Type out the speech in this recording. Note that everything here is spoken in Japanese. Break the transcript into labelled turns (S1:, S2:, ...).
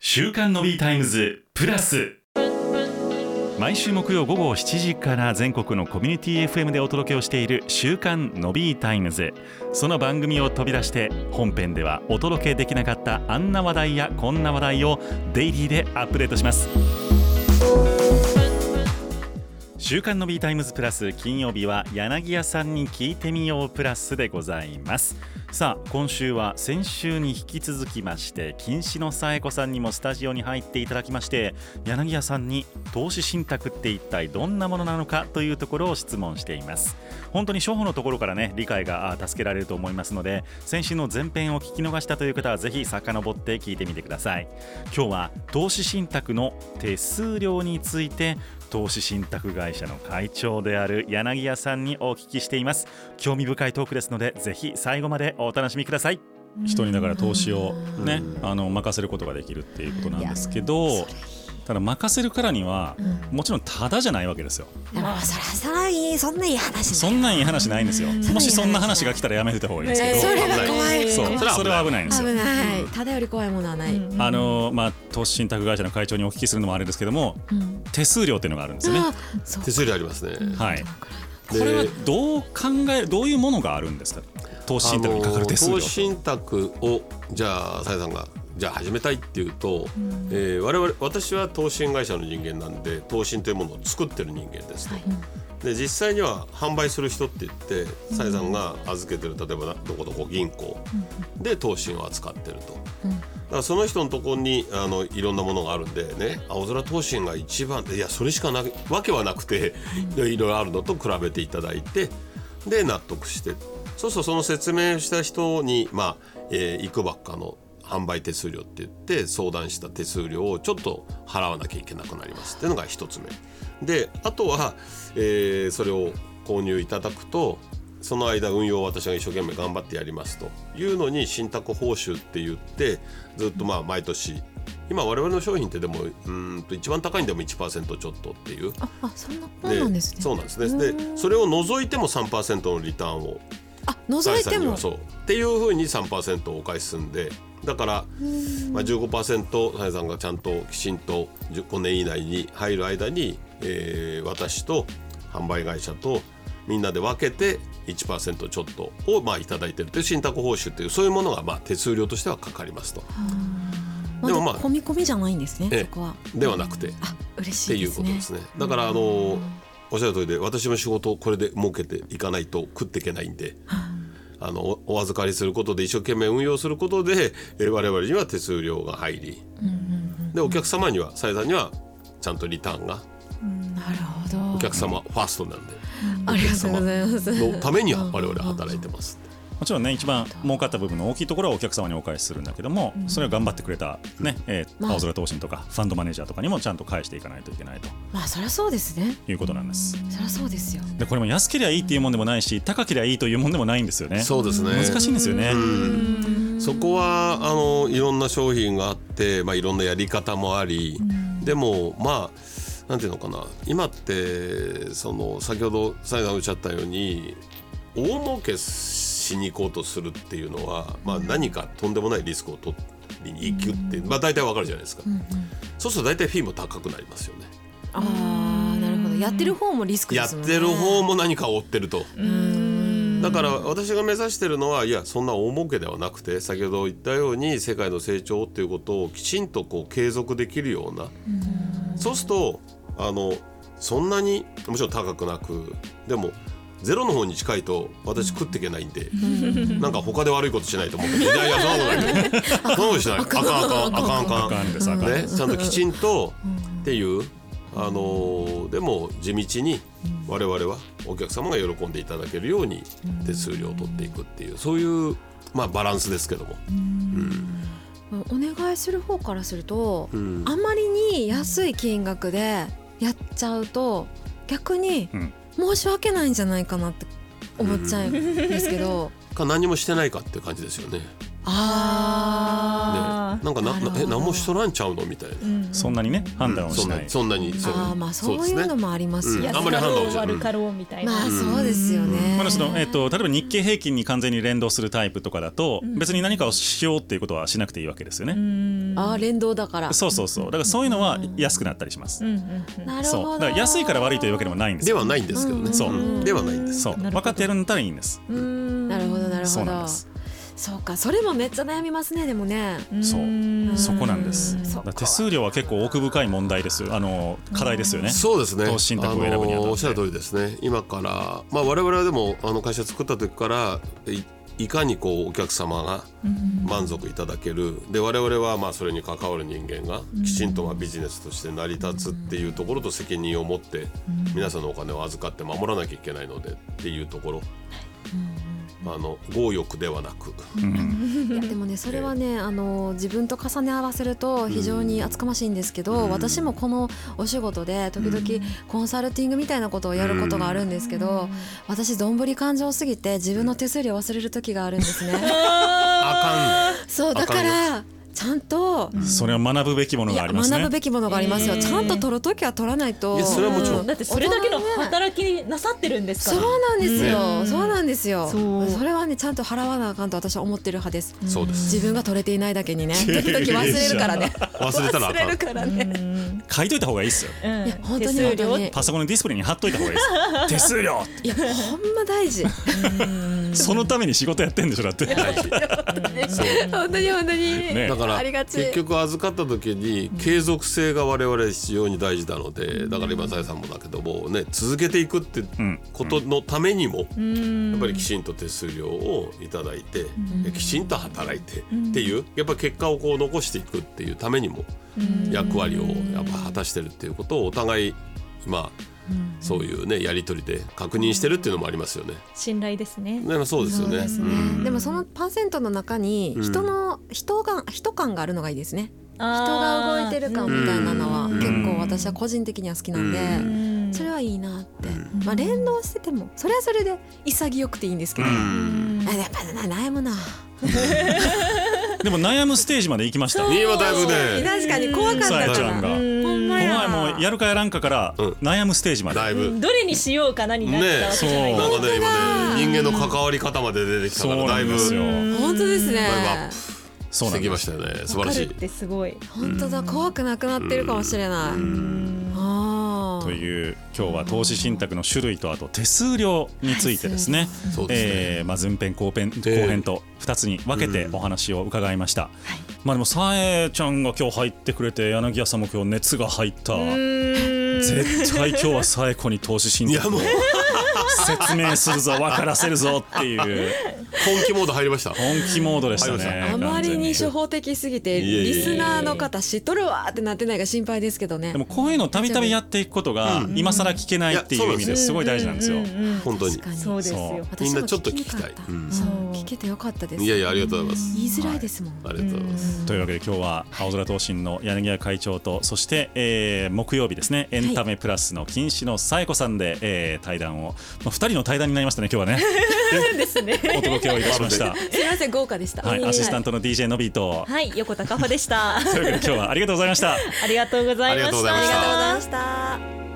S1: 週刊のビータイムズプラス毎週木曜午後7時から全国のコミュニティ FM でお届けをしている「週刊のびータイムズ」その番組を飛び出して本編ではお届けできなかったあんな話題やこんな話題をデイリーでアップデートします週刊の B タイムズプラス金曜日は柳屋さんに聞いてみようプラスでございますさあ今週は先週に引き続きまして禁止のさえ子さんにもスタジオに入っていただきまして柳屋さんに投資信託って一体どんなものなのかというところを質問しています本当に初歩のところからね理解があ助けられると思いますので先週の前編を聞き逃したという方はぜひ遡って聞いてみてください今日は投資信託の手数料について投資信託会社の会長である柳谷さんにお聞きしています興味深いトークですのでぜひ最後までお楽しみください
S2: 人にだから投資をね
S3: うん
S2: あの任せることができるっていうことなんですけ
S3: それい
S2: ど
S3: い
S2: ただ任せるからには
S3: うん
S2: もちろんタダじゃないわけですよ
S3: まあそらそらいいそんないい話
S2: そんないい話ないんですよ
S3: うん
S2: もしそんな話が来たらやめた方がいいんですけ
S3: え
S2: ど
S3: ーそれは
S2: 危ない
S3: 怖い
S2: そう
S3: 怖い
S2: それは危ないんです
S3: 危
S2: よ
S3: ない、
S2: うん
S3: ただより怖いものはない、うん
S2: あのまあ投資信託会社の会長にお聞きするのもあれですけども手数料っていうのがあるんですよね
S3: あそう
S4: 手数料ありますね。
S2: はい
S3: どのくらいな
S2: これは
S3: んだ
S2: どう考えどういうものがあるんですか投資信託にかかる手数
S4: あの
S2: 料
S4: 投資信託をじゃあさやさんがじゃあ始めたいっていうと、えー我々私は投資会社の人間なんで投信というものを作ってる人間ですと、で実際には販売する人って言ってさやさんが預けてる例えばどこどこ銀行で投信を扱ってると。だからその人のところにあのいろんなものがあるんでね青空投信が一番でいやそれしかなわけはなくていろいろあるのと比べていただいてで納得してそうするとその説明した人に、まあえー、いくばっかの販売手数料って言って相談した手数料をちょっと払わなきゃいけなくなりますっていうのが一つ目であとは、えーそれを購入いただくとその間運用を私が一生懸命頑張ってやりますというのに信託報酬って言ってずっとまあ毎年今我々の商品ってでもうーんと一番高いんでも1%ちょっとっていう
S3: ああそんなもんなんですね
S4: そうなんですね
S3: う
S4: で
S3: ん
S4: それを除いても3%のリターンを
S3: あ覗いて
S4: 財産に
S3: も
S4: はそうっていうふうに3%をお返しするんでだから、まあ、15%財産がちゃんときちんと5年以内に入る間に、えー私と販売会社とみんなで分けて1%ちょっとをまあいただいてるという信託報酬というそういうものがまあ手数料としてはかかりますと
S3: ま
S4: でもま
S3: だ
S4: あ
S3: 込み込みじゃないんですね、
S4: ええ
S3: そこは
S4: ではなくて。
S3: あ嬉
S4: って
S3: しい
S4: い
S3: で
S4: う
S3: す
S4: こと
S3: ね
S4: ですね。だからあのおっしゃる通りで私も仕事をこれで儲けていかないと食っていけないんで。あのおお預かりすることで一生懸命運用することで、えー我々には手数料が入り、でお客様にはさやさんにはちゃんとリターンが
S3: なるほ
S4: お
S3: ど
S4: 客様ファーストなんで
S3: ありがとうございます
S4: のためには我々は働いてます。
S2: もちろんね一番儲かった部分の大きいところはお客様にお返しするんだけども、それを頑張ってくれた、ねえー
S3: まあ
S2: 青空投信とかファンドマネージャーとかにもちゃんと返していかないといけないと
S3: まあそりゃそうですね
S2: いうことなんです。
S3: そりゃそうですよ
S2: でこれも安ければいいっていうもんでもないし高ければいいというもんでもないんですよね。
S4: そうですね
S2: 難しいんですよね。
S4: そこはあのいろんな商品があって、まあ、いろんなやり方もあり、でもまあなんていうのかな今ってその先ほどサイさんおっしゃったように大儲けしに行こうとするっていうのは、まあ、何かとんでもないリスクを取りに行くって、まあ、大体わかるじゃないですか、そうすると大体フィーも高くなりますよね。
S3: ああなるほどやってる方もリスクで
S4: やっ
S3: すもんね
S4: てる方も何かを追ってると。だから私が目指してるのはいやそんな大儲けではなくて先ほど言ったように世界の成長っていうことをきちんとこう継続できるようなそうするとあのそんなにもちろん高くなくでもゼロの方に近いと私食っていけないんでなんか他で悪いことしないと思ういやいやそんなことないそんなことしないあかんあかんあかんあかん
S2: あかんですあかん
S4: ね、ちゃんときちんとっていう、あのーでも地道に我々はお客様が喜んでいただけるように手数料を取っていくっていうそういう、まあ、バランスですけども、
S3: お願いする方からすると、
S4: うん
S3: あまりに安い金額でやっちゃうと逆に
S2: うん
S3: 申し訳ないんじゃないかなって思っちゃうんですけど、
S4: か何もしてないかっていう感じですよね。
S3: あ
S4: ねなんかな
S3: なるほど
S4: え何もしとらんちゃうのみたいな、
S2: そんなにね判断を
S4: そ
S2: し
S4: ん
S2: ない
S4: なそんなに
S3: ー
S4: そう
S3: あーまあそういうのもありますよ
S4: うん
S3: ね、
S4: あん
S3: ま
S4: まり判断をしない
S5: 悪かろうみたいな。
S3: あ
S4: うん
S3: そうですよね、
S2: まあそのえっと、例えば日経平均に完全に連動するタイプとかだと、別に何かをしようっていうことはしなくていいわけですよね、
S5: うん
S3: あー連動だから
S2: そうそうそうだからそういうのは安くなったりします、
S5: うんうん
S3: なるほ
S2: そう
S3: ど
S2: だから安いから悪いというわけでもないんです
S4: で
S2: よ
S4: はないんですけどね、
S2: そう
S4: うんではないんです
S2: そう
S5: なるほど
S2: 分かってやるんだったらいいんです
S5: うんうん
S3: なるほどなる
S2: そ
S3: ほ
S2: うなん
S3: ど
S2: です
S3: そうかそれもめっちゃ悩みますねでもね
S2: そうんそこなんです
S5: うん
S2: だから手数料は結構奥深い問題ですよあの課題ですよね
S4: そうですね。
S2: 投資信託を選ぶにあたって
S4: あのおっしゃる通りですね。今からまあ我々はでもあの会社作った時からいいかにこうお客様が満足いただける、で我々はまあそれに関わる人間がきちんとまあビジネスとして成り立つっていうところと責任を持って皆さんのお金を預かって守らなきゃいけないのでっていうところ。あの強欲ではなく、
S3: いやでもねそれはねあの自分と重ね合わせると非常に厚かましいんですけど、
S4: うん
S3: 私もこのお仕事で時々コンサルティングみたいなことをやることがあるんですけど、私どんぶり感情すぎて自分の手数料忘れる時があるんですね
S4: あ
S3: そうだからちゃんと、
S2: それは学ぶべきもの
S3: い
S2: が
S3: や
S2: ありますね
S3: 学ぶべきものがありますよ、
S5: うん
S3: ちゃんと取る時は取らないと
S4: いやそれはもちろん
S5: だってそれだけの
S3: 大人ね
S5: 働きなさってるんです
S3: そう
S5: から。
S3: なんですよ、
S5: うん
S3: そうなんですよ
S5: そ
S3: そうれはねちゃんと払わなあかんと私は思ってる派です
S4: かん、そうです。
S3: 自分が取れていないだけ にね時々忘れるからね
S4: 忘れたらあかん。
S3: からね
S5: うん
S2: 書いといた方がいいですよ
S5: うん
S3: いや本当に
S5: 手数
S3: 本
S5: 料
S3: 当に
S2: パソコンのディスプレイに貼っといた方がいいです手数料
S3: いやほんま大事
S2: そのために仕事やってんでしょだって
S3: 本当に本当に、
S2: ね
S4: だから
S3: ありがち
S4: 結局預かった時に継続性が我々非常に大事なのでだから今財産もだけどもね続けていくって
S2: うん
S4: ことのためにも
S5: うん
S4: やっぱりきちんと手数料をいただいてえきちんと働いてっていうやっぱ結果をこう残していくっていうためにも役割をやっぱ果たしてるっていうことをお互いまあそういうねやり取りで確認してるっていうのもありますよね。
S5: 信頼ですね。
S4: ねそうですよね。うん
S3: でもそのパーセントの中に
S4: うん
S3: 人の人が人感があるのがいいですね
S5: 人
S3: 人が動いてる感みたいなのは
S4: うん
S3: 結構私は個人的には好きなん
S4: う
S3: でそれ
S5: は
S3: はいいなって
S4: う
S3: まあ連動しててもそれはそれで潔くていいんですけ
S4: う
S3: ど
S4: ん
S3: あやっぱな悩むな
S2: でも悩むステージまで行きました
S4: 新潟部ね
S3: 確かに怖かった
S2: さ
S3: か
S2: や
S3: ら
S2: ちゃんが
S3: ほんま
S2: お前
S3: や
S2: もうやるかやらんかから
S4: うん
S2: 悩むステージまで
S4: だいぶ
S5: どれにしようかなになったわけじゃな
S2: ね
S5: いで
S2: そ
S4: な
S5: すか
S4: んかね今ね人間の関わり方まで出てきたか
S2: そ
S4: ら
S2: う
S4: だ
S2: ないん
S4: ぶ
S2: ですよ
S3: 本当ですね
S4: だいぶアップ
S2: そう
S4: し
S2: な
S4: て
S2: ん
S4: き
S2: で
S4: ますしたよね素晴らし
S5: わ
S4: い
S5: かるってすごい。
S3: 本当だ怖くなくなってるかもしれないあ
S2: と
S3: ー
S2: いう今日は投資信託の種類とあと手数料についてですね
S4: そうですね、
S2: えーまあ、前編後編後
S4: ええ
S2: 編と2つに分けて
S4: うん
S2: お話を伺いました、まあでもさえちゃんが今日入ってくれて柳家さんも今日熱が入った絶対今日はさえ子に投資信
S4: いや
S2: 託
S4: も
S2: を
S4: う
S2: 説明するぞ分からせるぞっていう
S4: 本気モード入りました
S2: 本気モードでしたね
S3: あまりに初
S2: 完全
S3: 歩的すぎて
S4: いえいえいえ
S3: リスナーの方知っとるわーってなってないか心配ですけどね
S2: でもこういうのをたびたびやっていくことが
S4: う
S2: 今更聞けないっていう意味ですごい大事なんですよ
S5: う。んうん
S4: 本当に
S3: 確かに
S5: そうですよ。
S4: み
S3: 私
S4: ん
S3: も
S4: なちょっと聞きたい
S3: なかった
S4: うん
S3: うん聞けてよかったです
S4: いやいやありがとうございます
S3: 言いづらいですもん
S4: ありがとうございます
S2: というわけで今日は青空投信の柳家会長とそして、えー木曜日ですねエンタメプラスの金子の紗栄子さんで、えー対談を、まあ、2人の対談になりましたね今日はね
S5: ですね。
S2: お届けをいたしました、
S3: すいません豪華でした
S2: はい、
S5: はい
S2: アシスタントの DJ のびーと
S5: はい、横田かほでした。
S2: というわけで今日はありがとうございました。
S5: ありがとうございました。
S4: ありがとうございました
S5: ありがとうございました。